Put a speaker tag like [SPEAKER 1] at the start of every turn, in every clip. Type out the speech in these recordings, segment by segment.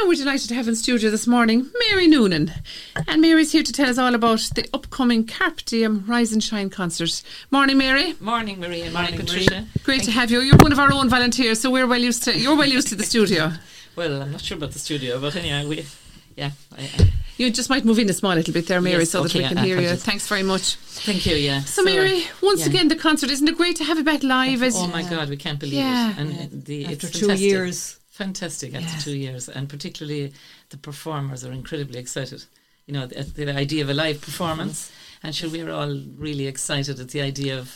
[SPEAKER 1] And we're delighted to have in studio this morning Mary Noonan. And Mary's here to tell us all about the upcoming Carp Diem Rise and Shine concert. Morning, Mary.
[SPEAKER 2] Morning, Maria. Morning, Patricia.
[SPEAKER 1] Great to have you. You're one of our own volunteers, so we're well used to you're well used to the studio.
[SPEAKER 2] Well, I'm not sure about the studio, but anyway, we, yeah. I, I,
[SPEAKER 1] You just might move in a small little bit there, Mary,
[SPEAKER 2] Yes,
[SPEAKER 1] so that
[SPEAKER 2] okay,
[SPEAKER 1] we can
[SPEAKER 2] I- I
[SPEAKER 1] hear you.
[SPEAKER 2] apologize.
[SPEAKER 1] Thanks very much.
[SPEAKER 2] thank you. Yeah.
[SPEAKER 1] So, Mary, once
[SPEAKER 2] yeah.
[SPEAKER 1] again, the concert isn't it great to have you back live? As
[SPEAKER 2] Oh my God, we can't believe
[SPEAKER 1] Yeah.
[SPEAKER 2] it. And the
[SPEAKER 3] After
[SPEAKER 2] it's
[SPEAKER 3] two
[SPEAKER 2] fantastic.
[SPEAKER 3] years.
[SPEAKER 2] fantastic after
[SPEAKER 1] Yeah.
[SPEAKER 2] two years, and particularly the performers are incredibly excited. You know, the, the idea of a live performance,
[SPEAKER 1] Mm-hmm.
[SPEAKER 2] and sure, we're all really excited at the idea of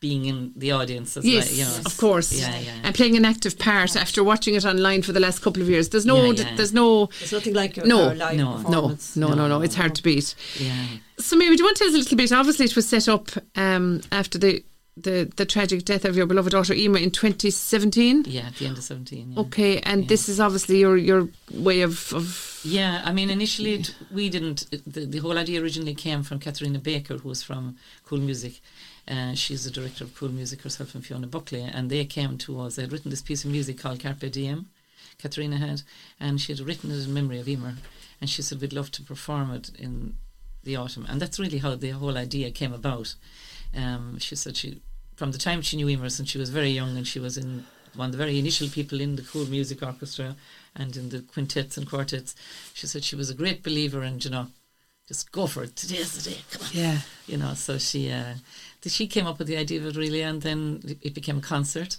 [SPEAKER 2] being in the audience as
[SPEAKER 1] Yes,
[SPEAKER 2] well. You know,
[SPEAKER 1] of course.
[SPEAKER 2] Yeah, yeah.
[SPEAKER 1] And playing an active part after watching it online for the last couple of years. There's no,
[SPEAKER 2] Yeah, yeah. Oh,
[SPEAKER 1] there's no,
[SPEAKER 3] It's nothing like your
[SPEAKER 1] No,
[SPEAKER 3] our live
[SPEAKER 2] no,
[SPEAKER 1] no,
[SPEAKER 2] no,
[SPEAKER 3] performance.
[SPEAKER 1] no, no, no. It's hard to beat.
[SPEAKER 2] yeah.
[SPEAKER 1] So, Mary, do you want to tell us a little bit? Obviously, it was set up um, after the, the the tragic death of your beloved daughter Emma in 2017.
[SPEAKER 2] Yeah, at the end of 17. Yeah.
[SPEAKER 1] Okay, and this is obviously your your way of, of
[SPEAKER 2] Yeah, I mean, initially it, we didn't. it- The, the whole idea originally came from Katharina Baker, who was from Cool Music. Uh, she's the director of Cool Music herself and Fiona Buckley, and they came to us. They had written this piece of music called Carpe Diem, Katharina had, and she had written it in memory of Emer. And she said, We'd love to perform it in the autumn. And that's really how the whole idea came about. Um, she said she, from the time she knew Emerson, she was very young and she was in one of the very initial people in the cool music orchestra and in the quintets and quartets. She said she was a great believer in, you know, just go for it. Today's the day. Come on
[SPEAKER 1] yeah.
[SPEAKER 2] you know so she uh, th- she came up with the idea of it really and then it- it became a concert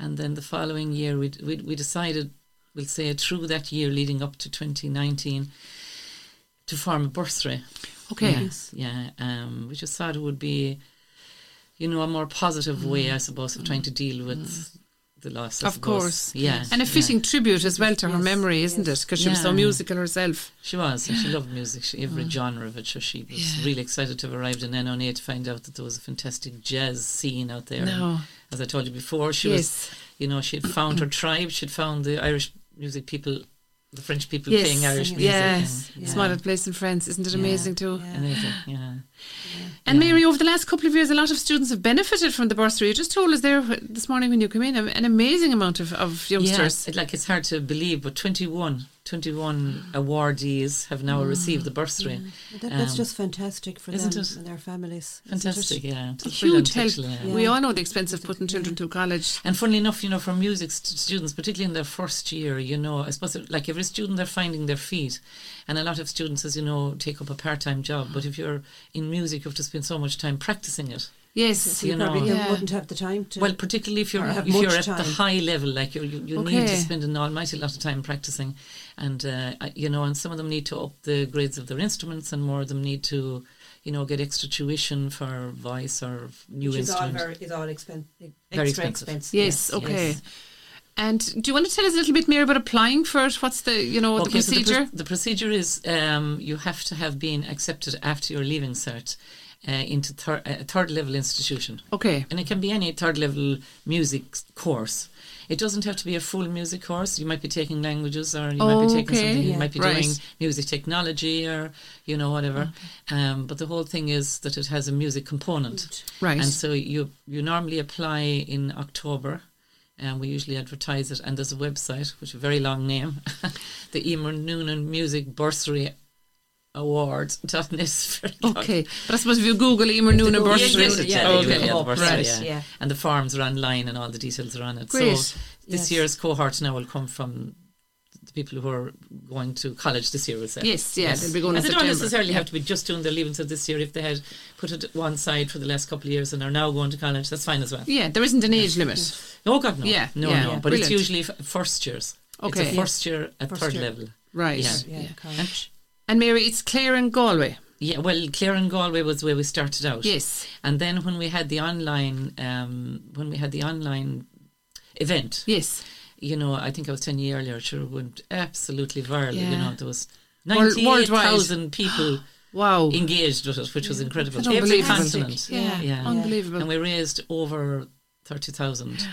[SPEAKER 2] and then the following year we we, we decided we'll say through that year leading up to 2019 to form a bursary
[SPEAKER 1] Okay.
[SPEAKER 2] yeah, yeah. Um, we just thought it would be, you know, a more positive way, I suppose, of trying to deal with the loss. I
[SPEAKER 1] Mm. Of
[SPEAKER 2] suppose.
[SPEAKER 1] course.
[SPEAKER 2] yeah,
[SPEAKER 1] And a
[SPEAKER 2] yeah.
[SPEAKER 1] fitting tribute as well to her
[SPEAKER 3] Yes,
[SPEAKER 1] memory, isn't it? Because she was so
[SPEAKER 2] Yeah.
[SPEAKER 1] musical herself.
[SPEAKER 2] She was, and she loved music, she, every genre of it. So she was
[SPEAKER 1] Oh. Yeah.
[SPEAKER 2] really excited to have arrived in NNA to find out that there was a fantastic jazz scene out there. And
[SPEAKER 1] No.
[SPEAKER 2] As I told you before, she was,
[SPEAKER 1] yes.
[SPEAKER 2] you know, she had found her tribe, she'd found the Irish music people, the French people
[SPEAKER 1] Yes.
[SPEAKER 2] playing Irish music.
[SPEAKER 1] yes.
[SPEAKER 2] And,
[SPEAKER 1] It's not a place in France, isn't it
[SPEAKER 2] Yeah.
[SPEAKER 1] amazing too?
[SPEAKER 3] Yeah.
[SPEAKER 2] Amazing, yeah.
[SPEAKER 1] And Mary, over the last couple of years, a lot of students have benefited from the bursary. You just told us there wh- this morning when you came in, um, an amazing amount of, of youngsters.
[SPEAKER 2] Yeah, it- like it's hard to believe, but 21, 21 awardees have now received the bursary.
[SPEAKER 3] That, that's
[SPEAKER 2] Um,
[SPEAKER 3] just fantastic for
[SPEAKER 2] isn't
[SPEAKER 3] them
[SPEAKER 2] it?
[SPEAKER 3] and their families. Isn't it?
[SPEAKER 2] Fantastic, yeah. It's brilliant,
[SPEAKER 1] Huge help.
[SPEAKER 2] actually, yeah.
[SPEAKER 1] We all know the expense of putting children through college.
[SPEAKER 2] And funnily enough, you know, for music st- students, particularly in their first year, you know, I suppose like every student, they're finding their feet, and a lot of students, as you know, take up a part-time job. But if you're in music, you have to spend so much time practicing it.
[SPEAKER 1] Yes.
[SPEAKER 3] So you,
[SPEAKER 2] You
[SPEAKER 3] probably
[SPEAKER 2] know.
[SPEAKER 3] then
[SPEAKER 1] Yeah.
[SPEAKER 3] wouldn't have the time to.
[SPEAKER 2] Well, particularly if you're
[SPEAKER 3] Or have
[SPEAKER 2] if you're
[SPEAKER 3] much
[SPEAKER 2] at the
[SPEAKER 3] time.
[SPEAKER 2] high level, like you're, you you need
[SPEAKER 1] Okay.
[SPEAKER 2] to spend an almighty lot of time practicing, and uh, I- you know, and some of them need to up the grades of their instruments, and more of them need to, you know, get extra tuition for voice or f- new
[SPEAKER 3] which is all
[SPEAKER 2] instrument.
[SPEAKER 3] very, is all expen-
[SPEAKER 2] Very
[SPEAKER 3] extra
[SPEAKER 2] expensive.
[SPEAKER 3] expense.
[SPEAKER 1] Yes, okay. And do you want to tell us a little bit, Mary, about applying for it? What's the, you know, the
[SPEAKER 2] so the
[SPEAKER 1] procedure?
[SPEAKER 2] pro- the, procedure is um, you have to have been accepted after your leaving cert uh, into thir- a third level institution.
[SPEAKER 1] okay.
[SPEAKER 2] And it can be any third level music s- course. It doesn't have to be a full music course. You might be taking languages or you might be taking
[SPEAKER 1] Okay.
[SPEAKER 2] something, you
[SPEAKER 3] Yeah.
[SPEAKER 2] might be
[SPEAKER 1] Right.
[SPEAKER 2] doing music technology or, you know, whatever. Um, but the whole thing is that it has a music component.
[SPEAKER 1] Right.
[SPEAKER 2] And so you you normally apply in October, and we usually advertise it. And there's a website, which is a very long name, the Emer Noonan Music Bursary Award. dot net. It's very long.
[SPEAKER 1] Okay. But I suppose if you Google Emer Noonan
[SPEAKER 3] Google
[SPEAKER 1] bursary.
[SPEAKER 3] it,
[SPEAKER 2] they
[SPEAKER 3] yeah, they
[SPEAKER 2] do
[SPEAKER 3] will
[SPEAKER 1] okay. Oh,
[SPEAKER 2] it,
[SPEAKER 3] come up,
[SPEAKER 2] bursary,
[SPEAKER 1] right.
[SPEAKER 2] yeah.
[SPEAKER 3] yeah.
[SPEAKER 2] And the forms are online, and all the details are on it.
[SPEAKER 1] Great.
[SPEAKER 2] So this
[SPEAKER 3] Yes.
[SPEAKER 2] year's cohort now will come from the people who are going to college this year. We'll say.
[SPEAKER 1] Yes, yeah, they'll be going
[SPEAKER 2] And
[SPEAKER 1] in
[SPEAKER 2] they don't
[SPEAKER 1] September.
[SPEAKER 2] necessarily have to be just doing their leaving cert this year. If they had put it at one side for the last couple of years and are now going to college, that's fine as well.
[SPEAKER 1] Yeah, there isn't an age limit.
[SPEAKER 2] No, God, no.
[SPEAKER 1] Yeah,
[SPEAKER 2] no,
[SPEAKER 1] yeah.
[SPEAKER 2] no.
[SPEAKER 1] Yeah.
[SPEAKER 2] But
[SPEAKER 1] Brilliant.
[SPEAKER 2] it's usually f- first years.
[SPEAKER 1] Okay.
[SPEAKER 2] It's a first year at
[SPEAKER 3] First
[SPEAKER 2] third
[SPEAKER 3] year.
[SPEAKER 2] level.
[SPEAKER 1] Right.
[SPEAKER 2] Yeah.
[SPEAKER 3] Yeah, college.
[SPEAKER 1] And Mary, it's Clare and Galway.
[SPEAKER 2] Yeah, well, Clare and Galway was where we started out.
[SPEAKER 1] Yes.
[SPEAKER 2] And then when we had the online, um, when we had the online event,
[SPEAKER 1] Yes.
[SPEAKER 2] you know, I think I was telling you earlier, it sure went absolutely viral. You
[SPEAKER 1] Yeah.
[SPEAKER 2] know, there was
[SPEAKER 1] World- worldwide.
[SPEAKER 2] 98,000 people
[SPEAKER 1] Wow.
[SPEAKER 2] engaged with it, which was incredible.
[SPEAKER 1] That's
[SPEAKER 2] Every
[SPEAKER 1] unbelievable.
[SPEAKER 2] continent.
[SPEAKER 1] Yeah.
[SPEAKER 2] Yeah.
[SPEAKER 1] Unbelievable.
[SPEAKER 2] And we raised over 30,000.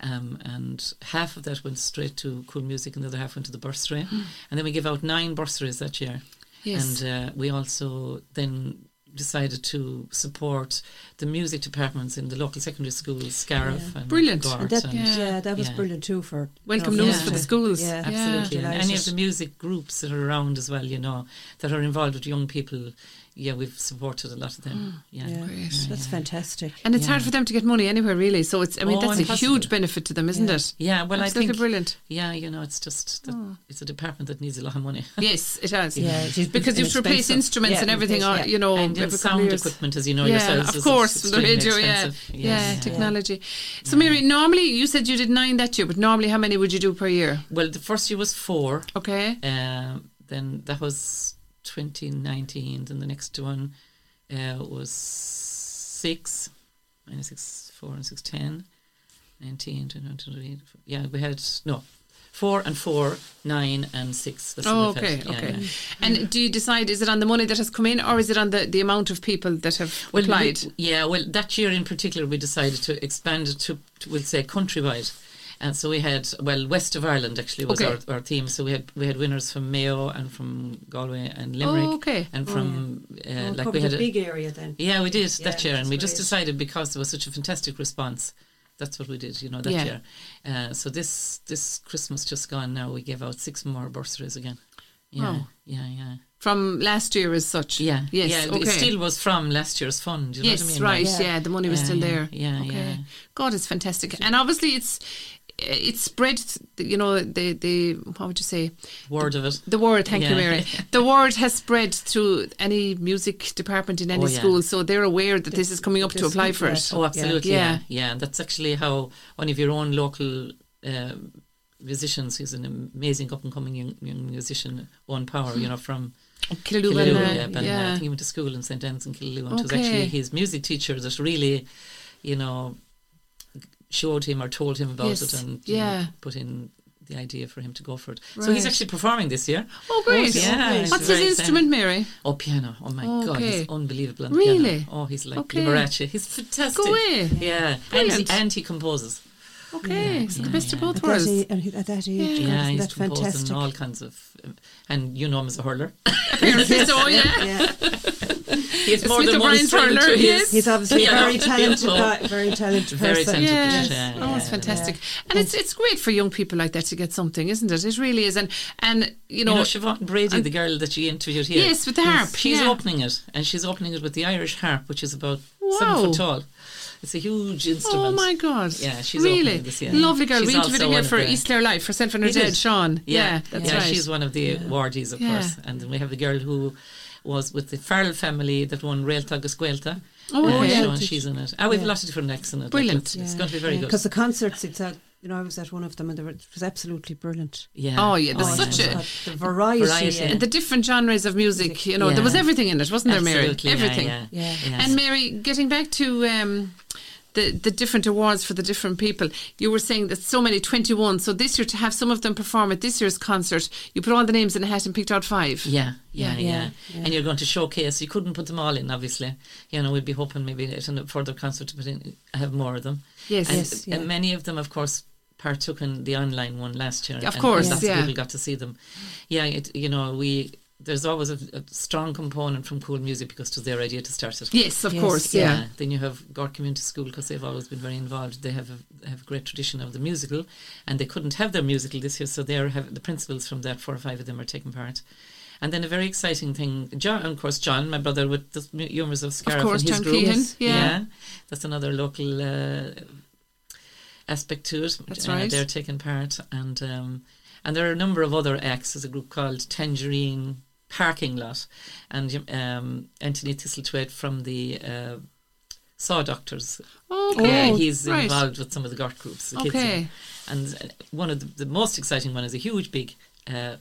[SPEAKER 2] Um, and half of that went straight to cool music, and the other half went to the bursary. and then we gave out nine bursaries that year.
[SPEAKER 1] Hmm. Yes.
[SPEAKER 2] And uh, we also then decided to support the music departments in the local secondary schools, Scariff
[SPEAKER 3] Yeah.
[SPEAKER 2] and
[SPEAKER 1] Brilliant.
[SPEAKER 2] Gort
[SPEAKER 3] And that,
[SPEAKER 1] Yeah.
[SPEAKER 3] yeah. that was
[SPEAKER 2] Yeah.
[SPEAKER 3] brilliant too for
[SPEAKER 1] Welcome
[SPEAKER 2] Yeah.
[SPEAKER 1] news for the schools.
[SPEAKER 3] Yeah.
[SPEAKER 2] Absolutely.
[SPEAKER 3] Yeah.
[SPEAKER 2] And any of the
[SPEAKER 3] Delighted.
[SPEAKER 2] music groups that are around as well, you know, that are involved with young people, yeah, we've supported a lot of
[SPEAKER 1] Hmm.
[SPEAKER 2] them. Yeah.
[SPEAKER 3] Yeah.
[SPEAKER 1] Great.
[SPEAKER 3] That's fantastic.
[SPEAKER 1] And it's
[SPEAKER 2] Yeah.
[SPEAKER 1] hard for them to get money anywhere, really. So it's, I mean,
[SPEAKER 2] Oh,
[SPEAKER 1] that's a
[SPEAKER 2] impossible.
[SPEAKER 1] huge benefit to them, isn't
[SPEAKER 3] Yeah.
[SPEAKER 1] it?
[SPEAKER 2] Yeah, well,
[SPEAKER 1] Absolutely
[SPEAKER 2] I think,
[SPEAKER 1] brilliant.
[SPEAKER 2] yeah, you know, it's just, that
[SPEAKER 1] Oh.
[SPEAKER 2] it's a department that needs a lot of money.
[SPEAKER 1] yes, it has.
[SPEAKER 3] Yeah, it is
[SPEAKER 1] Because you have to replace
[SPEAKER 3] inexpensive.
[SPEAKER 1] instruments
[SPEAKER 3] Yeah,
[SPEAKER 1] and everything,
[SPEAKER 3] replace-
[SPEAKER 1] uh,
[SPEAKER 3] yeah.
[SPEAKER 1] you know,
[SPEAKER 2] and in
[SPEAKER 1] every couple
[SPEAKER 2] sound
[SPEAKER 1] of years.
[SPEAKER 2] equipment, as you know
[SPEAKER 1] Yeah,
[SPEAKER 2] yourselves,
[SPEAKER 1] of
[SPEAKER 2] is
[SPEAKER 1] course, the
[SPEAKER 2] extremely
[SPEAKER 1] radio, yeah.
[SPEAKER 2] expensive.
[SPEAKER 1] Yeah, technology. So,
[SPEAKER 2] Yeah.
[SPEAKER 1] Mary, normally you said you did nine that year, but normally how many would you do per year?
[SPEAKER 2] Well, the first year was four.
[SPEAKER 1] Okay.
[SPEAKER 2] Um, then that was 2019. Then the next one uh, was six, minus six, four and six, ten, 19, 20, 21, Yeah, we had, no, four and four, nine and six. That's
[SPEAKER 1] Oh,
[SPEAKER 2] what I
[SPEAKER 1] okay,
[SPEAKER 2] felt. Yeah,
[SPEAKER 1] okay.
[SPEAKER 2] yeah.
[SPEAKER 1] And do you decide is it on the money that has come in, or is it on the, the amount of people that have
[SPEAKER 2] Well,
[SPEAKER 1] applied?
[SPEAKER 2] we- yeah, well, that year in particular, we decided to expand it to, to we'll say, countrywide. And so we had, well, west of Ireland actually was
[SPEAKER 1] Okay.
[SPEAKER 2] our, our theme. So we had we had winners from Mayo and from Galway and Limerick
[SPEAKER 1] Oh, okay.
[SPEAKER 2] and
[SPEAKER 3] Oh,
[SPEAKER 2] from uh,
[SPEAKER 3] Oh,
[SPEAKER 2] like we
[SPEAKER 3] covered
[SPEAKER 2] had
[SPEAKER 3] a
[SPEAKER 2] a,
[SPEAKER 3] big area then.
[SPEAKER 2] yeah we did
[SPEAKER 3] Yeah,
[SPEAKER 2] that year, and
[SPEAKER 3] that's
[SPEAKER 2] we just
[SPEAKER 3] great.
[SPEAKER 2] decided because there was such a fantastic response. That's what we did, you know, that
[SPEAKER 1] Yeah.
[SPEAKER 2] year. Uh, so this this Christmas just gone now, we gave out six more bursaries again. Yeah,
[SPEAKER 1] Wow.
[SPEAKER 2] yeah, yeah,
[SPEAKER 1] From last year as such?
[SPEAKER 2] yeah.
[SPEAKER 1] Yes,
[SPEAKER 2] yeah.
[SPEAKER 1] okay.
[SPEAKER 2] It still was from last year's fund. You know
[SPEAKER 1] yes,
[SPEAKER 2] what I mean?
[SPEAKER 1] right.
[SPEAKER 2] Like,
[SPEAKER 1] Yeah.
[SPEAKER 3] Yeah.
[SPEAKER 1] the money was
[SPEAKER 2] yeah,
[SPEAKER 1] still there.
[SPEAKER 2] Yeah,
[SPEAKER 1] okay.
[SPEAKER 2] yeah.
[SPEAKER 1] God, it's fantastic, and obviously it's it's spread. You know, the the what would you say?
[SPEAKER 2] Word of it.
[SPEAKER 1] The word, thank you,
[SPEAKER 2] Yeah.
[SPEAKER 1] Mary. The word has spread through any music department in any
[SPEAKER 2] Oh, yeah.
[SPEAKER 1] school, so they're aware that this is coming up to
[SPEAKER 3] This-
[SPEAKER 1] apply for it.
[SPEAKER 3] yeah.
[SPEAKER 2] Oh, absolutely. Yeah.
[SPEAKER 1] Yeah.
[SPEAKER 2] yeah. And that's actually how one of your own local um musicians, who's an amazing up and coming young, young musician, Owen Power, you know, from
[SPEAKER 1] Killaloe,
[SPEAKER 2] Killaloe,
[SPEAKER 1] Ballina,
[SPEAKER 2] Oh, yeah, Ballina. I
[SPEAKER 1] uh, yeah.
[SPEAKER 2] think he went to school in St. Anne's in Killaloe, and it was actually
[SPEAKER 1] Okay.
[SPEAKER 2] his music teacher that really, you know, showed him or told him about
[SPEAKER 1] Yes,
[SPEAKER 2] it and you know,
[SPEAKER 1] yeah.
[SPEAKER 2] put in the idea for him to go for it. So he's
[SPEAKER 1] Right.
[SPEAKER 2] actually performing this year.
[SPEAKER 1] Oh, great!
[SPEAKER 2] yeah.
[SPEAKER 3] great.
[SPEAKER 2] it's
[SPEAKER 1] What's his
[SPEAKER 2] very
[SPEAKER 1] instrument, Mary?
[SPEAKER 2] Oh, piano. Oh, my God.
[SPEAKER 1] Okay.
[SPEAKER 2] He's unbelievable on the
[SPEAKER 1] Really?
[SPEAKER 2] piano. Oh, he's like
[SPEAKER 1] Okay.
[SPEAKER 2] Liberace. He's fantastic.
[SPEAKER 1] Go away.
[SPEAKER 2] Yeah. And he,
[SPEAKER 1] Brilliant.
[SPEAKER 2] and he composes.
[SPEAKER 1] Okay,
[SPEAKER 2] Yeah,
[SPEAKER 1] it's the
[SPEAKER 2] yeah,
[SPEAKER 1] best of
[SPEAKER 2] yeah.
[SPEAKER 1] both
[SPEAKER 3] At that,
[SPEAKER 1] worlds.
[SPEAKER 3] age, and at that age,
[SPEAKER 1] Yeah.
[SPEAKER 3] God,
[SPEAKER 2] Yeah,
[SPEAKER 3] isn't
[SPEAKER 2] he's
[SPEAKER 3] that
[SPEAKER 2] composed
[SPEAKER 3] fantastic?
[SPEAKER 2] in all kinds of, um, and you know him as a hurler.
[SPEAKER 1] Apparently so, yeah.
[SPEAKER 3] yeah.
[SPEAKER 2] He's
[SPEAKER 1] It's Mr. Brian Turner, yes.
[SPEAKER 3] He's obviously
[SPEAKER 2] Yeah.
[SPEAKER 3] a very talented,
[SPEAKER 2] Beautiful.
[SPEAKER 3] guy, very talented
[SPEAKER 2] Very
[SPEAKER 3] person.
[SPEAKER 2] talented.
[SPEAKER 1] Yes.
[SPEAKER 2] Yeah,
[SPEAKER 1] oh, it's
[SPEAKER 2] yeah,
[SPEAKER 1] fantastic, and it's it's great for young people like that to get something, isn't it? It really is, and and you
[SPEAKER 2] You know,
[SPEAKER 1] know,
[SPEAKER 2] Siobhan Brady, the girl that you interviewed here.
[SPEAKER 1] yes, with the harp,
[SPEAKER 2] She's
[SPEAKER 1] yeah.
[SPEAKER 2] opening it, and she's opening it with the Irish harp, which is about seven
[SPEAKER 1] Wow.
[SPEAKER 2] foot tall. It's a huge instrument.
[SPEAKER 1] Oh my God!
[SPEAKER 2] Yeah, she's
[SPEAKER 1] really
[SPEAKER 2] opening this, yeah.
[SPEAKER 1] lovely girl.
[SPEAKER 2] She's
[SPEAKER 1] we interviewed
[SPEAKER 2] also
[SPEAKER 1] her here
[SPEAKER 2] one of
[SPEAKER 1] for
[SPEAKER 2] the-
[SPEAKER 1] East Clare Life, herself and her
[SPEAKER 2] You
[SPEAKER 1] dad,
[SPEAKER 2] did?
[SPEAKER 1] Sean. Yeah, that's
[SPEAKER 2] yeah,
[SPEAKER 1] right.
[SPEAKER 2] she's one of the awardees, of
[SPEAKER 1] Yeah.
[SPEAKER 2] course. And then we have the girl who was with the Farrell family that won Realtag Escuelta.
[SPEAKER 1] Oh,
[SPEAKER 2] Uh,
[SPEAKER 1] okay.
[SPEAKER 2] so
[SPEAKER 3] Yeah,
[SPEAKER 2] and
[SPEAKER 3] did
[SPEAKER 2] she's in it. Oh, we have
[SPEAKER 3] yeah.
[SPEAKER 2] a lot of different acts in it. Like,
[SPEAKER 1] Brilliant.
[SPEAKER 2] It's, it's going to be very good.
[SPEAKER 3] Because the concerts, it's a, you know, I was at one of them and they were, it was absolutely brilliant.
[SPEAKER 2] Yeah.
[SPEAKER 1] Oh, yeah, there's
[SPEAKER 2] Oh,
[SPEAKER 1] such
[SPEAKER 2] yeah.
[SPEAKER 1] a-
[SPEAKER 3] God, the variety.
[SPEAKER 2] Variety.
[SPEAKER 3] and-
[SPEAKER 1] And the different genres of music, you know, there was
[SPEAKER 2] Yeah.
[SPEAKER 1] everything in it, wasn't there, Mary?
[SPEAKER 2] Absolutely, yeah,
[SPEAKER 1] Everything.
[SPEAKER 2] yeah,
[SPEAKER 3] Yeah.
[SPEAKER 2] yeah.
[SPEAKER 1] And Mary, getting back to um, the the different awards for the different people, you were saying that so many twenty one. So this year to have some of them perform at this year's concert, you put all the names in a hat and picked out five.
[SPEAKER 2] Yeah, yeah,
[SPEAKER 1] Yeah.
[SPEAKER 2] yeah,
[SPEAKER 3] Yeah, yeah.
[SPEAKER 2] And you're going to showcase. You couldn't put them all in, obviously. You know, we'd be hoping maybe at a further concert to put in, have more of them.
[SPEAKER 1] Yes.
[SPEAKER 2] and,
[SPEAKER 3] Yes, yeah.
[SPEAKER 2] and many of them, of course, partook in the online one last year.
[SPEAKER 1] Of
[SPEAKER 2] and
[SPEAKER 1] course,
[SPEAKER 2] lots
[SPEAKER 1] yeah.
[SPEAKER 2] of people got to see them. Yeah, it, you know, we there's always a, a strong component from cool music because it was their idea to start it.
[SPEAKER 1] Yes, of
[SPEAKER 3] Yes,
[SPEAKER 1] course.
[SPEAKER 2] Yeah.
[SPEAKER 1] Yeah.
[SPEAKER 2] Then you have Gort Community School because they've always been very involved. They have a, they have a great tradition of the musical, and they couldn't have their musical this year, so they are have the principals from that four or five of them are taking part. And then a very exciting thing, John, of course, John, my brother with the mu- humours of Scarf
[SPEAKER 1] course,
[SPEAKER 2] and his
[SPEAKER 1] John
[SPEAKER 2] group.
[SPEAKER 1] Keehan, yeah.
[SPEAKER 2] that's another local uh, aspect to it.
[SPEAKER 1] That's
[SPEAKER 2] Uh,
[SPEAKER 1] right.
[SPEAKER 2] They're taking part, and um, and there are a number of other acts. There's a group called Tangerine Parking Lot, and um, Anthony Thistlethwaite from the uh, Saw Doctors.
[SPEAKER 1] Oh, Okay.
[SPEAKER 2] yeah, he's
[SPEAKER 1] right.
[SPEAKER 2] involved with some of the GOT groups. The kids
[SPEAKER 1] Okay.
[SPEAKER 2] and uh, one of the, the most exciting one is a huge big uh,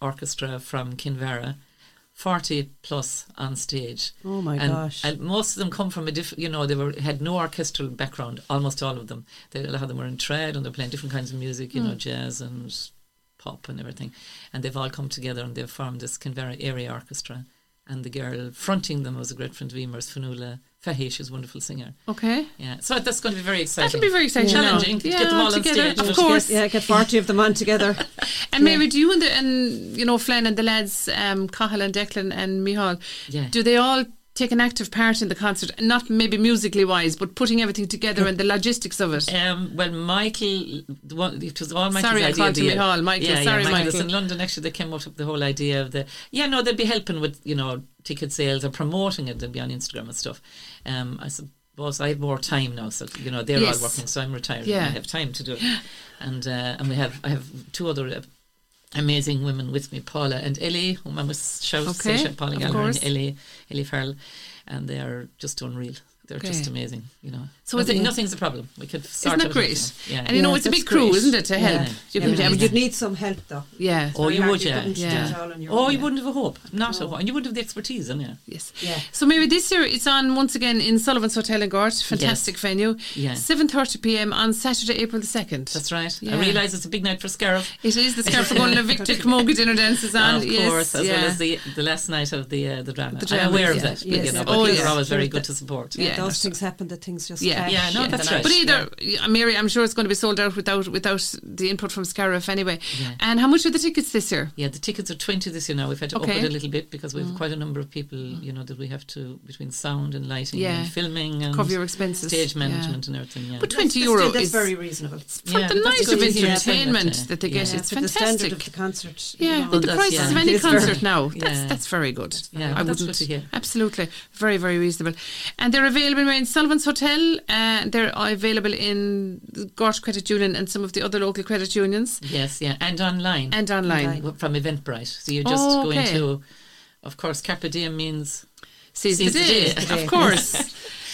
[SPEAKER 2] orchestra from Kinvara, forty plus on stage.
[SPEAKER 3] Oh my
[SPEAKER 2] and,
[SPEAKER 3] gosh.
[SPEAKER 2] and most of them come from a different, you know, they were had no orchestral background. Almost all of them. They, a lot of them were in trad and they're playing different kinds of music, you know,
[SPEAKER 1] Hmm.
[SPEAKER 2] jazz and pop and everything. And they've all come together and they've formed this Canberra area orchestra. And the girl fronting them was a great friend of Emer's, Fanula Fahey. She's a wonderful singer.
[SPEAKER 1] Okay.
[SPEAKER 2] Yeah, so that's going to be very exciting.
[SPEAKER 1] That can be very exciting.
[SPEAKER 2] Yeah.
[SPEAKER 1] now.
[SPEAKER 2] Challenging to get them all on
[SPEAKER 1] together.
[SPEAKER 2] stage,
[SPEAKER 1] Of
[SPEAKER 2] but-
[SPEAKER 1] course.
[SPEAKER 3] yeah, get 40 of them on together.
[SPEAKER 1] And Mary, do you and the and you know Flann and the lads, um, Cahill and Declan and Mihal,
[SPEAKER 2] Yeah.
[SPEAKER 1] do they all take an active part in the concert, not maybe musically wise, but putting everything together and the logistics of it.
[SPEAKER 2] Um, well, Michael, the one, it was all Michael's
[SPEAKER 1] Sorry, I
[SPEAKER 2] idea.
[SPEAKER 1] called
[SPEAKER 2] the
[SPEAKER 1] him
[SPEAKER 2] year.
[SPEAKER 1] Michal, Michael,
[SPEAKER 2] yeah,
[SPEAKER 1] sorry,
[SPEAKER 2] yeah, Michael's
[SPEAKER 1] Michael.
[SPEAKER 2] in London. Actually, they came up with the whole idea of the. Yeah, no, they'd be helping with you know ticket sales or promoting it. They'd be on Instagram and stuff. Um, I suppose I have more time now, so you know they're
[SPEAKER 1] Yes.
[SPEAKER 2] all working, so I'm retired.
[SPEAKER 1] Yeah.
[SPEAKER 2] and I have time to do it, and uh, and we have I have two other. Uh, Amazing women with me, Paula and Ellie, whom I must shout,
[SPEAKER 1] Okay,
[SPEAKER 2] say shout Paula
[SPEAKER 1] of
[SPEAKER 2] Gallagher
[SPEAKER 1] course.
[SPEAKER 2] and Ellie, Ellie Farrell, and they are just unreal. They're just
[SPEAKER 1] Okay.
[SPEAKER 2] amazing, you know.
[SPEAKER 1] So is
[SPEAKER 2] nothing,
[SPEAKER 1] it-
[SPEAKER 2] nothing's a problem. We could
[SPEAKER 1] Isn't
[SPEAKER 2] sort
[SPEAKER 1] that
[SPEAKER 2] out
[SPEAKER 1] great?
[SPEAKER 2] everything. Yeah.
[SPEAKER 1] And you know,
[SPEAKER 3] Yeah,
[SPEAKER 1] it's a big
[SPEAKER 3] that's
[SPEAKER 1] crew,
[SPEAKER 3] great.
[SPEAKER 1] isn't it, to help?
[SPEAKER 2] Yeah.
[SPEAKER 1] You
[SPEAKER 3] Yeah,
[SPEAKER 1] can-
[SPEAKER 3] but
[SPEAKER 1] I mean,
[SPEAKER 3] you'd need some help though.
[SPEAKER 1] yeah.
[SPEAKER 2] Oh,
[SPEAKER 3] Very
[SPEAKER 2] you
[SPEAKER 3] hard,
[SPEAKER 2] would, yeah.
[SPEAKER 3] couldn't do it
[SPEAKER 1] Yeah.
[SPEAKER 3] all on your
[SPEAKER 2] Oh,
[SPEAKER 3] own,
[SPEAKER 2] you
[SPEAKER 3] yeah.
[SPEAKER 2] wouldn't have a hope. Not a hope. And you wouldn't have the expertise, and yeah.
[SPEAKER 1] Yes.
[SPEAKER 3] Yeah.
[SPEAKER 1] So maybe this year it's on once again in Sullivan's Hotel in Gort. Fantastic venue.
[SPEAKER 2] Yeah.
[SPEAKER 1] Seven thirty p.m. on Saturday, April the second.
[SPEAKER 2] That's right.
[SPEAKER 1] Yeah.
[SPEAKER 2] I realise it's a big night for Scarab.
[SPEAKER 1] It is the Scarf Golden and Victor Camogie dinner dance is on.
[SPEAKER 2] of
[SPEAKER 1] yes,
[SPEAKER 2] course, as
[SPEAKER 1] yeah.
[SPEAKER 2] well as the the last night of the uh, the drama.
[SPEAKER 1] The drama,
[SPEAKER 2] I'm aware
[SPEAKER 1] yeah.
[SPEAKER 2] of that.
[SPEAKER 3] Yes,
[SPEAKER 2] you know,
[SPEAKER 3] yeah.
[SPEAKER 2] but
[SPEAKER 1] Oh,
[SPEAKER 2] people
[SPEAKER 1] yeah.
[SPEAKER 2] are always very
[SPEAKER 3] Sure.
[SPEAKER 2] good to support.
[SPEAKER 1] Yeah.
[SPEAKER 3] Yeah, those things happen that things just
[SPEAKER 1] Yeah.
[SPEAKER 3] clash.
[SPEAKER 2] Yeah, no, that's right.
[SPEAKER 1] But either yeah, Mary, I'm sure it's going to be sold out without without the input from Scarif anyway.
[SPEAKER 2] Yeah.
[SPEAKER 1] And how much are the tickets this year?
[SPEAKER 2] Yeah, the tickets are 20 this year now. We've had to up
[SPEAKER 1] Okay. Mm.
[SPEAKER 2] it a little bit because we have quite a number of people, you know, that we have to, between sound and lighting
[SPEAKER 1] Yeah.
[SPEAKER 2] and filming and
[SPEAKER 1] Cover your expenses.
[SPEAKER 2] Um, stage
[SPEAKER 1] Yeah.
[SPEAKER 2] management and everything. Yeah.
[SPEAKER 1] But
[SPEAKER 3] That's-
[SPEAKER 1] 20
[SPEAKER 3] that's-
[SPEAKER 1] euro
[SPEAKER 3] That's
[SPEAKER 1] is
[SPEAKER 3] very reasonable.
[SPEAKER 1] for
[SPEAKER 2] Yeah,
[SPEAKER 1] the
[SPEAKER 2] but
[SPEAKER 1] night
[SPEAKER 2] that's
[SPEAKER 1] of
[SPEAKER 2] good easy
[SPEAKER 1] entertainment
[SPEAKER 2] entertainment,
[SPEAKER 1] that they
[SPEAKER 2] yeah.
[SPEAKER 1] get.
[SPEAKER 2] Yeah,
[SPEAKER 1] It's
[SPEAKER 3] for the standard
[SPEAKER 1] fantastic.
[SPEAKER 3] of the concert. you
[SPEAKER 1] Yeah,
[SPEAKER 3] know,
[SPEAKER 1] but
[SPEAKER 2] Well,
[SPEAKER 1] the
[SPEAKER 2] that's-
[SPEAKER 1] prices
[SPEAKER 2] yeah.
[SPEAKER 1] of any
[SPEAKER 3] It is
[SPEAKER 1] concert
[SPEAKER 3] very-
[SPEAKER 1] now, that's
[SPEAKER 2] yeah.
[SPEAKER 1] that's very good.
[SPEAKER 2] Yeah,
[SPEAKER 1] I
[SPEAKER 2] that's
[SPEAKER 1] wouldn't.
[SPEAKER 2] good to hear.
[SPEAKER 1] Absolutely, very very reasonable. And they're available in Sullivan's Hotel. Uh, they're available in the Gort Credit Union and some of the other local credit unions
[SPEAKER 2] yes, yeah. And online.
[SPEAKER 1] and online.
[SPEAKER 3] Online.
[SPEAKER 2] w- from Eventbrite. So you just
[SPEAKER 1] Oh,
[SPEAKER 2] go
[SPEAKER 1] okay.
[SPEAKER 2] into, of course, Carpe Diem means
[SPEAKER 1] Seize,
[SPEAKER 2] Seize
[SPEAKER 1] the,
[SPEAKER 2] the
[SPEAKER 1] day,
[SPEAKER 2] day.
[SPEAKER 1] of course.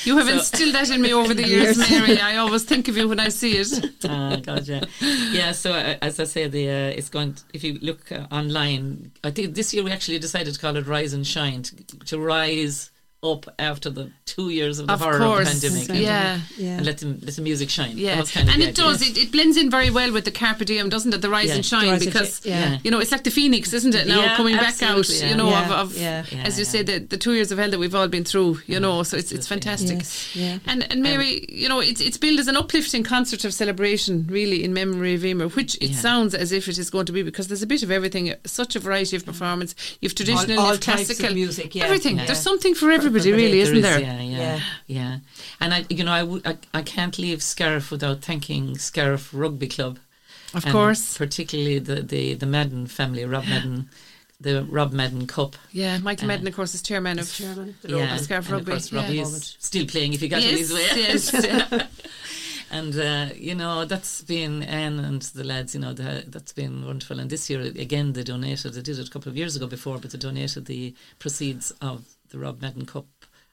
[SPEAKER 1] You have
[SPEAKER 2] So-
[SPEAKER 1] instilled that in me over the years, Mary. I always think of you when I see it.
[SPEAKER 2] Ah, God, yeah, yeah. So uh, as I say, the uh, it's going. To, if you look uh, online, I think this year we actually decided to call it Rise and Shine to, to rise up after the two years of the
[SPEAKER 1] Of
[SPEAKER 2] horror
[SPEAKER 1] course,
[SPEAKER 2] of the pandemic.
[SPEAKER 1] Exactly. yeah.
[SPEAKER 3] Yeah.
[SPEAKER 2] And let the, let the music shine. That
[SPEAKER 1] Yeah,
[SPEAKER 2] was kind of
[SPEAKER 1] and
[SPEAKER 2] the
[SPEAKER 1] it
[SPEAKER 2] idea.
[SPEAKER 1] does. It, it blends in very well with the carpe diem, doesn't it? The rise
[SPEAKER 2] Yeah.
[SPEAKER 1] and
[SPEAKER 3] The
[SPEAKER 1] shine,
[SPEAKER 3] rise and
[SPEAKER 1] because
[SPEAKER 3] shine, yeah.
[SPEAKER 1] you know it's like the phoenix, isn't it? Now
[SPEAKER 2] Yeah,
[SPEAKER 1] coming back out,
[SPEAKER 2] absolutely, yeah.
[SPEAKER 1] you know,
[SPEAKER 3] Yeah,
[SPEAKER 1] of, of
[SPEAKER 3] yeah.
[SPEAKER 1] as you
[SPEAKER 2] Yeah,
[SPEAKER 1] say, the, the two years of hell that we've all been through. You know, so it's it's
[SPEAKER 2] absolutely,
[SPEAKER 1] fantastic.
[SPEAKER 3] Yes, yeah.
[SPEAKER 1] And and Mary,
[SPEAKER 2] Um,
[SPEAKER 1] you know, it's it's billed as an uplifting concert of celebration, really, in memory of Emer, which it
[SPEAKER 2] Yeah.
[SPEAKER 1] sounds as if it is going to be because there's a bit of everything, such a variety of performance. You've traditional,
[SPEAKER 3] All- all
[SPEAKER 1] you've
[SPEAKER 3] types of
[SPEAKER 1] classical
[SPEAKER 3] music, yeah.
[SPEAKER 1] everything.
[SPEAKER 2] Yeah.
[SPEAKER 1] There's something for everybody,
[SPEAKER 2] But
[SPEAKER 1] really,
[SPEAKER 2] there
[SPEAKER 1] isn't there?
[SPEAKER 2] Yeah, yeah,
[SPEAKER 3] Yeah.
[SPEAKER 2] yeah, And I, you know, I, w- I, I can't leave Scariff without thanking Scariff Rugby Club.
[SPEAKER 1] Of
[SPEAKER 2] and
[SPEAKER 1] course.
[SPEAKER 2] particularly the, the the Madden family, Rob Madden, the Rob Madden Cup.
[SPEAKER 1] Yeah, Michael
[SPEAKER 2] Uh,
[SPEAKER 1] Madden, of course, is chairman of.
[SPEAKER 3] Chairman of the
[SPEAKER 2] yeah,
[SPEAKER 3] Rotary.
[SPEAKER 1] Scarf
[SPEAKER 2] and
[SPEAKER 1] rugby,
[SPEAKER 2] Of course,
[SPEAKER 1] yeah.
[SPEAKER 2] rugby is still playing if you got it his way.
[SPEAKER 1] yes, yes.
[SPEAKER 2] And uh, you know that's been Anne and the lads. You know the, that's been wonderful. And this year again, they donated. They did it a couple of years ago before, but they donated the proceeds of the Rob Madden Cup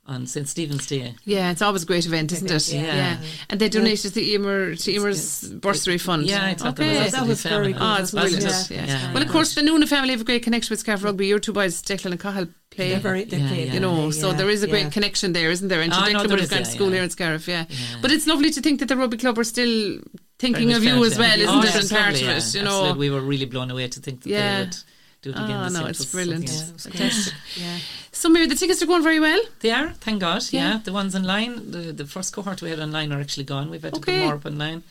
[SPEAKER 2] on St Stephen's Day.
[SPEAKER 1] Yeah, it's always a great event, isn't it?
[SPEAKER 2] Yeah.
[SPEAKER 1] And they donated the Emer to Emer's bursary fund.
[SPEAKER 2] Yeah, I thought
[SPEAKER 1] okay.
[SPEAKER 2] that was,
[SPEAKER 3] That was very
[SPEAKER 2] phenomenal.
[SPEAKER 3] good,
[SPEAKER 1] Oh, it's
[SPEAKER 3] wasn't it?
[SPEAKER 1] brilliant.
[SPEAKER 2] Wasn't it?
[SPEAKER 1] Yeah.
[SPEAKER 2] Yeah.
[SPEAKER 1] Well, of course, the Noonan family have a great connection with Scarf Rugby. Your two boys, Declan and Cahill, play.
[SPEAKER 3] They're very, they're
[SPEAKER 2] Yeah,
[SPEAKER 3] played,
[SPEAKER 2] yeah.
[SPEAKER 1] you know, so
[SPEAKER 3] yeah,
[SPEAKER 1] there is a great
[SPEAKER 3] yeah.
[SPEAKER 1] connection there, isn't there? And she
[SPEAKER 2] Oh, I know
[SPEAKER 1] Declan
[SPEAKER 2] there
[SPEAKER 1] would have
[SPEAKER 2] is,
[SPEAKER 1] gone to
[SPEAKER 2] yeah,
[SPEAKER 1] school
[SPEAKER 2] yeah.
[SPEAKER 1] here in Scariff, yeah.
[SPEAKER 2] Yeah.
[SPEAKER 1] But it's lovely to think that the rugby club are still thinking
[SPEAKER 2] Very
[SPEAKER 1] of
[SPEAKER 2] much
[SPEAKER 1] you
[SPEAKER 2] felt
[SPEAKER 1] as well, isn't
[SPEAKER 2] it. Oh,
[SPEAKER 1] it?
[SPEAKER 2] yeah,
[SPEAKER 1] And part of
[SPEAKER 2] absolutely,
[SPEAKER 1] it,
[SPEAKER 2] yeah,
[SPEAKER 1] you know.
[SPEAKER 2] absolutely. we were really blown away to think that
[SPEAKER 1] Yeah.
[SPEAKER 2] they would do it again.
[SPEAKER 1] Oh,
[SPEAKER 2] this
[SPEAKER 1] no,
[SPEAKER 2] year. It
[SPEAKER 1] it's
[SPEAKER 2] was
[SPEAKER 1] brilliant.
[SPEAKER 2] something
[SPEAKER 3] Yeah,
[SPEAKER 2] else.
[SPEAKER 3] it was great.
[SPEAKER 1] Fantastic.
[SPEAKER 3] Yeah.
[SPEAKER 1] So, Mary, the tickets are going very well.
[SPEAKER 2] They are, thank God. Yeah,
[SPEAKER 1] Yeah.
[SPEAKER 2] the ones online, the, the first cohort we had online are actually gone. We've had to
[SPEAKER 1] Okay.
[SPEAKER 2] put more up online.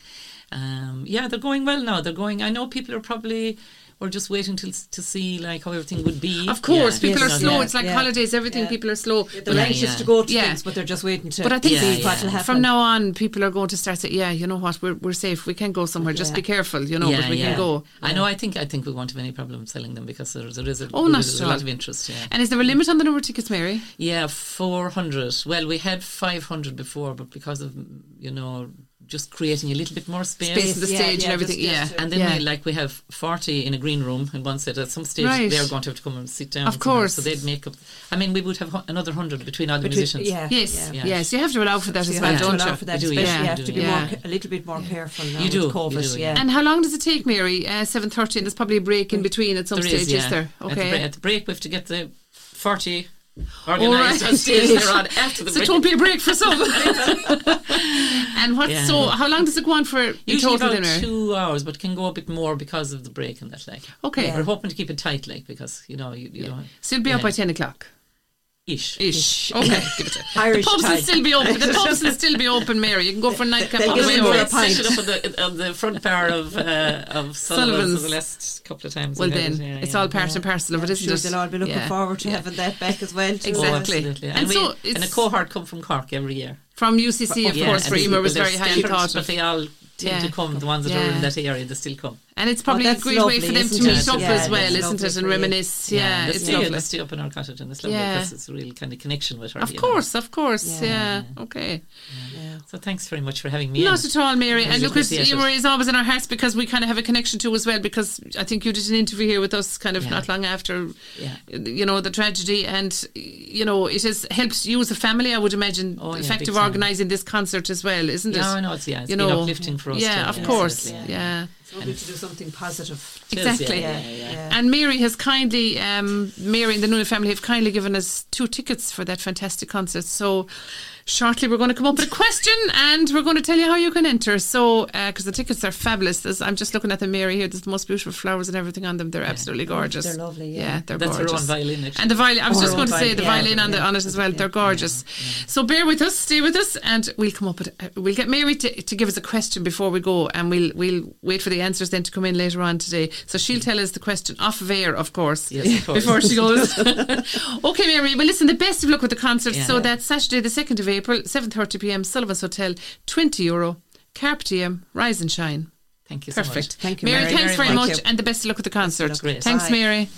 [SPEAKER 2] Um, yeah, they're going well now. They're going. I know people are probably were just waiting till to see like how everything would be.
[SPEAKER 1] Of course,
[SPEAKER 2] Yeah.
[SPEAKER 1] people
[SPEAKER 2] Yes,
[SPEAKER 1] are
[SPEAKER 2] no,
[SPEAKER 1] slow.
[SPEAKER 2] yeah.
[SPEAKER 1] It's like
[SPEAKER 3] yeah.
[SPEAKER 1] holidays, everything, people are slow.
[SPEAKER 3] They're
[SPEAKER 2] Yeah,
[SPEAKER 3] anxious
[SPEAKER 2] yeah.
[SPEAKER 3] to go to
[SPEAKER 1] Yeah.
[SPEAKER 3] things, but they're just waiting to
[SPEAKER 1] But I think
[SPEAKER 3] see
[SPEAKER 2] Yeah,
[SPEAKER 3] what will
[SPEAKER 2] yeah.
[SPEAKER 3] happen.
[SPEAKER 1] From now on, people are going to start saying, "Yeah, you know what? We're we're safe. We can go somewhere. Just
[SPEAKER 3] Yeah.
[SPEAKER 1] be careful, you know.
[SPEAKER 2] Yeah,
[SPEAKER 1] but we
[SPEAKER 2] yeah.
[SPEAKER 1] can go."
[SPEAKER 2] I know. I think. I think we won't have any problem selling them because there, there is a,
[SPEAKER 1] Oh, not
[SPEAKER 2] there's
[SPEAKER 1] at
[SPEAKER 2] a
[SPEAKER 1] all.
[SPEAKER 2] lot of interest. Yeah,
[SPEAKER 1] And is there a limit on the number of tickets, Mary?
[SPEAKER 2] yeah, four hundred. Well, we had five hundred before, but because of you know just creating a little bit more
[SPEAKER 1] Space in the
[SPEAKER 3] Yeah,
[SPEAKER 1] stage
[SPEAKER 3] yeah,
[SPEAKER 1] and everything.
[SPEAKER 3] just-
[SPEAKER 1] yeah,
[SPEAKER 3] just to-
[SPEAKER 2] And then
[SPEAKER 1] Yeah.
[SPEAKER 2] we, like we have forty in a green room in one set. At some stage,
[SPEAKER 1] Right.
[SPEAKER 2] they're going to have to come and sit down.
[SPEAKER 1] Of
[SPEAKER 2] somewhere.
[SPEAKER 1] course.
[SPEAKER 2] so they'd make up. I mean, we would have hu- another hundred between all the
[SPEAKER 3] Between-
[SPEAKER 2] musicians.
[SPEAKER 3] yeah,
[SPEAKER 1] yes,
[SPEAKER 3] yeah.
[SPEAKER 2] Yeah.
[SPEAKER 1] yes. You have to allow for that
[SPEAKER 3] So
[SPEAKER 1] as
[SPEAKER 3] you
[SPEAKER 1] well,
[SPEAKER 3] have to
[SPEAKER 1] don't
[SPEAKER 3] allow
[SPEAKER 1] you?
[SPEAKER 3] for that,
[SPEAKER 2] You do,
[SPEAKER 3] especially
[SPEAKER 1] yeah.
[SPEAKER 3] you have to be
[SPEAKER 1] Yeah.
[SPEAKER 3] more, ca- a little bit more careful now
[SPEAKER 2] You
[SPEAKER 3] with
[SPEAKER 2] do, you
[SPEAKER 3] COVID.
[SPEAKER 2] do,
[SPEAKER 3] yeah.
[SPEAKER 1] And how long does it take, Mary? Uh, Seven thirty, and there's probably a break in between at some
[SPEAKER 2] Mm. There
[SPEAKER 1] stage,
[SPEAKER 2] is,
[SPEAKER 1] is,
[SPEAKER 2] yeah.
[SPEAKER 1] there?
[SPEAKER 2] At, the
[SPEAKER 1] Okay.
[SPEAKER 2] break, at the break, we have to get the forty organised on stage. They're on after the
[SPEAKER 1] so
[SPEAKER 2] break.
[SPEAKER 1] it won't be a break for some. and what?
[SPEAKER 2] Yeah.
[SPEAKER 1] So how long does it go on for in
[SPEAKER 2] Usually
[SPEAKER 1] total,
[SPEAKER 2] about
[SPEAKER 1] then, Mary?
[SPEAKER 2] two hours, but can go a bit more because of the break and that. Like,
[SPEAKER 1] Okay.
[SPEAKER 2] we're hoping to keep it tight, like because you know you, you don't.
[SPEAKER 1] So you'll be up
[SPEAKER 2] Yeah.
[SPEAKER 1] by ten o'clock.
[SPEAKER 2] Ish.
[SPEAKER 1] Ish. Okay, give it a
[SPEAKER 3] Irish
[SPEAKER 1] The pubs will
[SPEAKER 3] tide.
[SPEAKER 1] still be open. The pubs will still be open, Mary. You can go for a nightcap
[SPEAKER 3] They'll
[SPEAKER 1] on the
[SPEAKER 3] give
[SPEAKER 1] way
[SPEAKER 3] them
[SPEAKER 2] Well,
[SPEAKER 3] for
[SPEAKER 1] over.
[SPEAKER 3] a pint.
[SPEAKER 2] Set it up on the, on the front bar of uh, of Sullivan's,
[SPEAKER 1] Sullivan's.
[SPEAKER 2] for the last couple of times.
[SPEAKER 1] Well
[SPEAKER 2] we've had
[SPEAKER 1] then,
[SPEAKER 2] it, yeah,
[SPEAKER 1] it's
[SPEAKER 2] yeah.
[SPEAKER 1] all part and parcel of it,
[SPEAKER 3] I'm
[SPEAKER 1] isn't
[SPEAKER 3] sure
[SPEAKER 1] it?
[SPEAKER 3] they'll all be looking
[SPEAKER 1] Yeah.
[SPEAKER 3] forward to
[SPEAKER 1] Yeah.
[SPEAKER 3] having that back as well. too.
[SPEAKER 2] Oh,
[SPEAKER 1] Exactly.
[SPEAKER 2] absolutely. And,
[SPEAKER 1] And
[SPEAKER 2] we,
[SPEAKER 1] so
[SPEAKER 2] and a
[SPEAKER 1] it's-
[SPEAKER 2] cohort come from Cork every year.
[SPEAKER 1] From UCC, of
[SPEAKER 2] Yeah,
[SPEAKER 1] course,
[SPEAKER 2] and
[SPEAKER 1] where
[SPEAKER 2] they-
[SPEAKER 1] Emer was
[SPEAKER 2] they're
[SPEAKER 1] very highly
[SPEAKER 2] scattered,
[SPEAKER 1] thought
[SPEAKER 2] But
[SPEAKER 1] of.
[SPEAKER 2] they all tend
[SPEAKER 1] Yeah.
[SPEAKER 2] to come, the ones that are
[SPEAKER 1] Yeah.
[SPEAKER 2] in that area, they still come.
[SPEAKER 1] And it's probably a
[SPEAKER 3] that's
[SPEAKER 1] great way
[SPEAKER 3] lovely,
[SPEAKER 1] for them to
[SPEAKER 3] isn't
[SPEAKER 2] it?
[SPEAKER 1] meet up
[SPEAKER 2] Yeah,
[SPEAKER 1] as
[SPEAKER 2] it's
[SPEAKER 1] well, isn't
[SPEAKER 3] lovely
[SPEAKER 1] it? And
[SPEAKER 3] for you.
[SPEAKER 1] reminisce. Yeah,
[SPEAKER 2] let's
[SPEAKER 1] it's
[SPEAKER 2] stay,
[SPEAKER 1] lovely.
[SPEAKER 2] let's stay up in our cottage and it's lovely
[SPEAKER 1] Yeah.
[SPEAKER 2] because it's a real kind of connection with her.
[SPEAKER 1] Of
[SPEAKER 2] you know.
[SPEAKER 1] course, of course.
[SPEAKER 3] Yeah.
[SPEAKER 1] Yeah. Okay.
[SPEAKER 3] Yeah.
[SPEAKER 2] So thanks very much for having me.
[SPEAKER 1] Not
[SPEAKER 2] in.
[SPEAKER 1] at all, Mary.
[SPEAKER 2] Really
[SPEAKER 1] And look,
[SPEAKER 2] appreciate
[SPEAKER 1] Emer
[SPEAKER 2] it.
[SPEAKER 1] is always in our hearts because we kind of have a connection to as well. Because I think you did an interview here with us, kind of
[SPEAKER 2] Yeah.
[SPEAKER 1] not long after,
[SPEAKER 2] Yeah.
[SPEAKER 1] you know, the tragedy, and you know, it has helps you as a family. I would imagine
[SPEAKER 2] Oh, yeah, big
[SPEAKER 1] effective
[SPEAKER 2] time.
[SPEAKER 1] organising this concert as well, isn't
[SPEAKER 2] Yeah, I
[SPEAKER 1] it?
[SPEAKER 2] know it's yeah, it's
[SPEAKER 1] You
[SPEAKER 2] been
[SPEAKER 1] know,
[SPEAKER 2] uplifting for us.
[SPEAKER 1] yeah,
[SPEAKER 2] too,
[SPEAKER 1] of course.
[SPEAKER 2] absolutely.
[SPEAKER 1] Yeah.
[SPEAKER 3] It's lovely to do something positive.
[SPEAKER 2] It is,
[SPEAKER 1] Exactly.
[SPEAKER 2] Yeah, yeah, yeah.
[SPEAKER 1] And Mary has kindly, um, Mary and the Noonan family have kindly given us two tickets for that fantastic concert. So shortly we're going to come up with a question and we're going to tell you how you can enter. So, because the tickets are fabulous. There's, I'm just looking at them, Mary, here. There's the most beautiful flowers and everything on them. They're absolutely gorgeous.
[SPEAKER 3] They're lovely, yeah.
[SPEAKER 1] they're
[SPEAKER 2] That's her
[SPEAKER 1] gorgeous.
[SPEAKER 2] own violin. Actually.
[SPEAKER 1] And the violin, I was
[SPEAKER 3] Or
[SPEAKER 1] just
[SPEAKER 3] own
[SPEAKER 1] going to say
[SPEAKER 3] violin,
[SPEAKER 1] the
[SPEAKER 3] yeah,
[SPEAKER 1] violin on, the,
[SPEAKER 3] yeah.
[SPEAKER 1] on it as well. They're gorgeous. So bear with us, stay with us, and we'll come up with. uh, We'll get Mary to, to give us a question before we go, and we'll we'll wait for the answers then to come in later on today. So she'll tell us the question off of air, of course.
[SPEAKER 2] Yes, of course.
[SPEAKER 1] Before she goes, okay, Mary. Well, listen. The best of luck with the concert.
[SPEAKER 2] Yeah.
[SPEAKER 1] so that's Saturday, the second of April, seven thirty p.m. Sullivan's Hotel, twenty euro. Carpe diem, rise and shine.
[SPEAKER 2] Thank you so much.
[SPEAKER 1] Perfect.
[SPEAKER 3] Thank you, Mary,
[SPEAKER 1] Thanks
[SPEAKER 3] very
[SPEAKER 1] very
[SPEAKER 3] much.
[SPEAKER 1] much, and the best of luck with the concert.
[SPEAKER 2] Great.
[SPEAKER 1] Thanks,
[SPEAKER 3] Bye.
[SPEAKER 1] Mary.